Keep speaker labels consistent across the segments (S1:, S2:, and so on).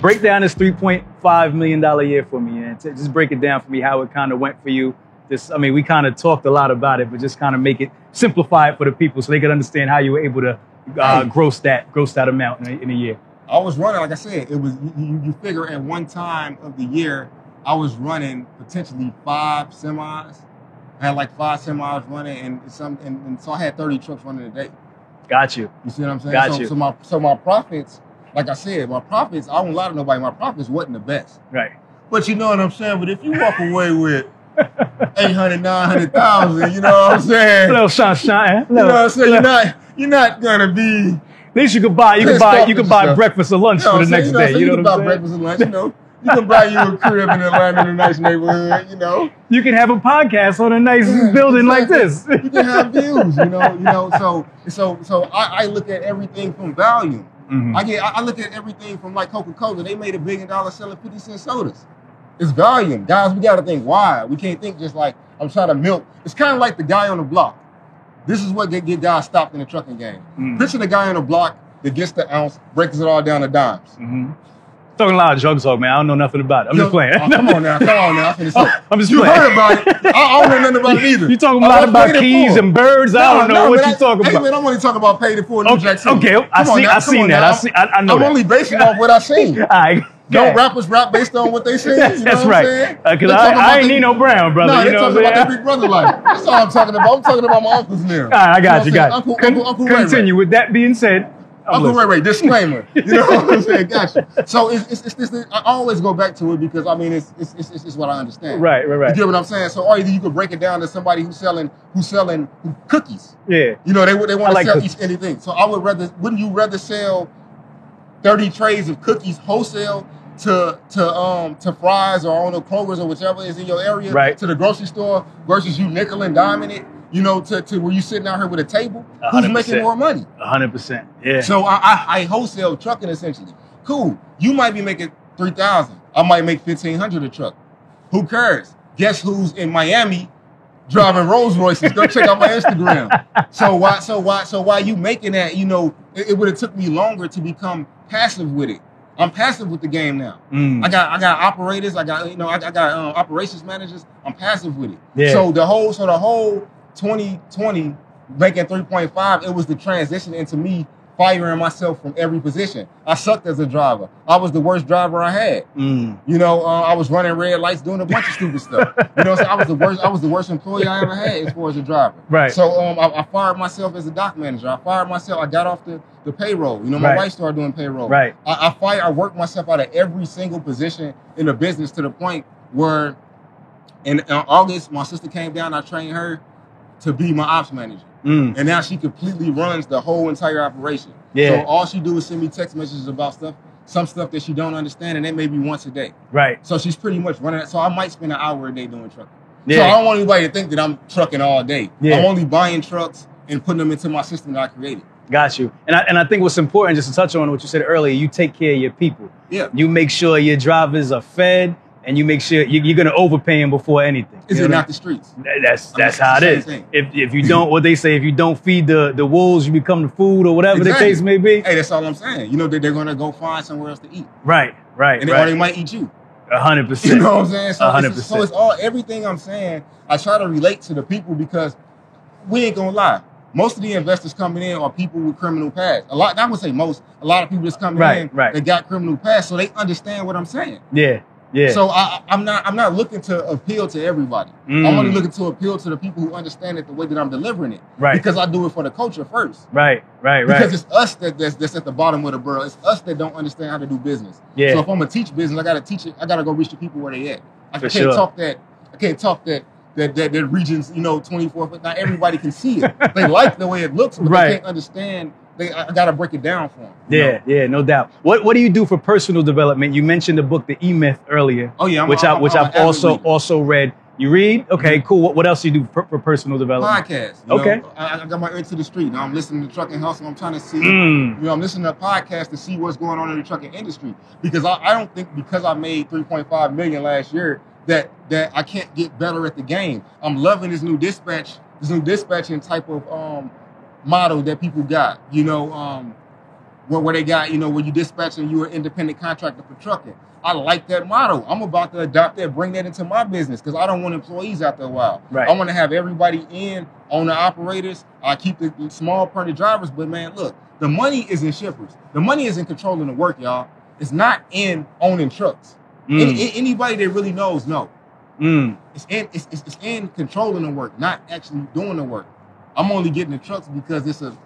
S1: Break down this $3.5 million a year for me and t- just break it down for me how it kind of went for you. Just, I mean, we kind of talked a lot about it, but just kind of make it simplify it for the people so they could understand how you were able to uh, gross that gross that amount in a, in a year.
S2: I was running, like I said, it was you, you- you figure at one time of the year, I was running potentially five semis. I had like five semis running, and some, and, and so I had thirty trucks running a day.
S1: Got you.
S2: You see what I'm saying?
S1: Got
S2: so,
S1: you.
S2: so my so my profits, like I said, my profits. I won't lie to nobody. My profits wasn't the best.
S1: Right.
S2: But you know what I'm saying. But if you walk away with 800, 900,000, you know what I'm saying.
S1: Hello, sunshine.
S2: You know
S1: Hello.
S2: what I'm saying. You're not you're not gonna be
S1: At least you could buy you could
S2: Pissed
S1: buy
S2: off
S1: you
S2: with
S1: could buy
S2: yourself.
S1: breakfast or lunch
S2: You know
S1: for
S2: what
S1: the
S2: I'm
S1: next
S2: saying? You know
S1: day. You know
S2: what I'm saying? can
S1: what I'm
S2: buy
S1: saying?
S2: breakfast and lunch. You know, you can buy you a crib in Atlanta in a nice neighborhood. You know,
S1: You can have a podcast on a nice
S2: Yeah,
S1: building
S2: Mm-hmm. exactly.
S1: like this.
S2: you can have views. You know, you know. So, so, so I, I look at everything from volume.
S1: Mhm.
S2: I get, I I look at everything from like Coca Cola. They made a billion dollars selling fifty cent sodas. It's volume, guys. We got to think why. We can't think just like I'm trying to milk. It's kind of like the guy on the block. This is what they get guys stopped in the trucking game.
S1: Mm.
S2: Picture the guy on the block that gets the ounce, breaks it all down to dimes.
S1: Mhm. Talking a lot of drug talk, man. I don't know nothing about it. I'm
S2: Yo,
S1: just playing. Oh,
S2: oh, come on now, come on now. I'm, finna say-
S1: I'm just
S2: you
S1: playing.
S2: heard about it. I, I don't know nothing about it either.
S1: You talking a
S2: I
S1: lot
S2: want
S1: about
S2: paid in
S1: keys
S2: full.
S1: and birds? I don't
S2: No,
S1: know
S2: no,
S1: what
S2: man,
S1: you talking
S2: I, Hey
S1: about.
S2: man, I want to talk about paid in full. New
S1: Okay,
S2: Jack City.
S1: okay, I
S2: Come on
S1: see-
S2: now,
S1: I
S2: come
S1: seen
S2: on
S1: that.
S2: now.
S1: I see- I- I know
S2: I'm
S1: that.
S2: only basing off what I seen.
S1: All right.
S2: No
S1: Yeah.
S2: rappers rap based on what they seen.
S1: That's,
S2: you know
S1: that's
S2: what
S1: right.
S2: I'm saying?
S1: Because
S2: They
S1: I,
S2: talking about
S1: I ain't
S2: they-
S1: need no brown brother.
S2: No,
S1: you
S2: they
S1: know
S2: talking
S1: what I'm
S2: about their
S1: saying?
S2: big brother life. That's all I'm talking about. I'm talking about my uncles now.
S1: All right, I got you.
S2: know what I'm saying?
S1: Got you.
S2: Uncle,
S1: Con-
S2: Uncle, Uncle Ray Ray.
S1: continue. With that being said, Oh, I'm
S2: Uncle Ray
S1: listening.
S2: Ray, disclaimer. You know what I'm saying? Gotcha. So it's, it's, it's, it's, I always go back to it because I mean it's it's, it's, it's what I understand.
S1: Right, right, right.
S2: You get what I'm saying? So or either you could break it down to somebody who's selling who's selling cookies.
S1: Yeah.
S2: You know they they
S1: I
S2: want to
S1: like
S2: sell
S1: cookies.
S2: each anything. So I would rather wouldn't you rather sell thirty trays of cookies wholesale? To, to um to fries or on the Kroger's or whichever is in your area
S1: Right.
S2: to the grocery store versus you nickel and diamond it you know to, to where you sitting out here with a table
S1: A
S2: who's
S1: hundred
S2: making
S1: percent.
S2: more money
S1: 100%. Yeah.
S2: so I, I, I wholesale trucking essentially. Cool. You might be making three thousand. I might make fifteen hundred a truck. Who cares? Guess who's in Miami driving Rolls Royces? Go check out my Instagram. So why? So why? So why you making that? You know, it, it would have took me longer to become passive with it. I'm passive with the game now.
S1: Mm.
S2: I got I got operators. I got you know I, I got um, operations managers. I'm passive with it.
S1: Yeah.
S2: So the whole so the whole 2020 making 3.5. It was the transition into me firing myself from every position. I sucked as a driver. I was the worst driver I had.
S1: Mm.
S2: You know uh, I was running red lights, doing a bunch of stupid stuff. You know what I'm saying? I was the worst. I was the worst employee I ever had as far as a driver.
S1: Right.
S2: So um I, I fired myself as a dock manager. I fired myself. I got off the, the payroll. You know my
S1: Right.
S2: wife started doing payroll.
S1: Right.
S2: I, I fight, I work myself out of every single position in the business to the point where in, in August, my sister came down, I trained her to be my ops manager.
S1: Mm.
S2: And now she completely runs the whole entire operation.
S1: Yeah.
S2: So all she do is send me text messages about stuff, some stuff that she don't understand, and that may be once a day.
S1: Right.
S2: So she's pretty much running it. So I might spend an hour a day doing trucking. So I
S1: Yeah.
S2: don't want anybody to think that I'm trucking all day.
S1: Yeah.
S2: I'm only buying trucks and putting them into my system that I created.
S1: Got you. And I, and I think what's important, just to touch on what you said earlier, you take care of your people.
S2: Yeah.
S1: You make sure your drivers are fed, and you make sure you, you're going to overpay them before anything.
S2: Is
S1: You
S2: it
S1: know
S2: not
S1: what
S2: the streets?
S1: I mean? That's
S2: I mean,
S1: that's how it
S2: it's
S1: is.
S2: the same
S1: If if you don't, what they say, if you don't feed the the wolves, you become the food or whatever
S2: Exactly.
S1: the case may be.
S2: Hey, that's all I'm saying. You know, they, they're gonna go find somewhere else to eat,
S1: Right. Right.
S2: and they, or they
S1: Right.
S2: might eat you.
S1: A hundred
S2: You
S1: percent.
S2: know what I'm saying? So,
S1: A hundred
S2: It's, so it's
S1: percent.
S2: all everything I'm saying. I try to relate to the people because we ain't gonna lie. Most of the investors coming in are people with criminal past. A lot, I would say most. A lot of people that's coming
S1: Right,
S2: in
S1: right.
S2: that got criminal past, so they understand what I'm saying.
S1: Yeah. Yeah.
S2: So I, I- I'm not I'm not looking to appeal to everybody.
S1: Mm.
S2: I'm only looking to appeal to the people who understand it the way that I'm delivering it.
S1: Right.
S2: Because I do it for the culture first.
S1: right. Right.
S2: Because
S1: Right.
S2: it's us that, that's, that's at the bottom of the barrel. It's us that don't understand how to do business.
S1: Yeah.
S2: So if I'm gonna teach business, I gotta teach it. I gotta go reach the people where they at. I
S1: For
S2: can't
S1: sure.
S2: talk that. I can't talk that that that, that regions. You know, 24. But not everybody can see it. they like the way it looks, but
S1: Right.
S2: they can't understand. They I I gotta break it down for them.
S1: Yeah. Yeah. No doubt. What What do you do for personal development? You mentioned the book, The E Myth, earlier.
S2: Oh yeah. I'm,
S1: which
S2: I'm, Mm-hmm.
S1: I which
S2: I'm an
S1: I've
S2: avid
S1: also
S2: reader.
S1: also read. You read? Okay, cool. What, what else you do for, for personal development?
S2: podcast. you know?
S1: Okay.
S2: I, I got my ear to the street. Now I'm listening to trucking hustle. I'm trying to see.
S1: Mm,
S2: You know, I'm listening to podcasts to see what's going on in the trucking industry because I, I don't think because I made 3.5 million last year that that I can't get better at the game. I'm loving this new dispatch, this new dispatching type of um, model that people got. You know, um, where, where they got, you know, where you dispatching, you are independent contractor for trucking. I like that model. I'm about to adopt that, bring that into my business because I don't want employees after a while.
S1: Right.
S2: I want to have everybody in on the operators. I keep the the small permanent drivers, but man, look, the money is in shippers. The money is in controlling the work, y'all. It's not in owning trucks. Any-
S1: Mm,
S2: any- anybody that really knows, no.
S1: mm,
S2: It's in it's, it's, it's in controlling the work, not actually doing the work. I'm only getting the trucks because it's a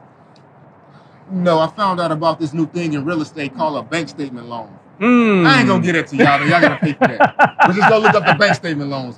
S2: no, I found out about this new thing in real estate called a bank statement loan.
S1: mm.
S2: I ain't gonna get it to y'all, though. y'all gotta pay for that. But just go look up the bank statement loans.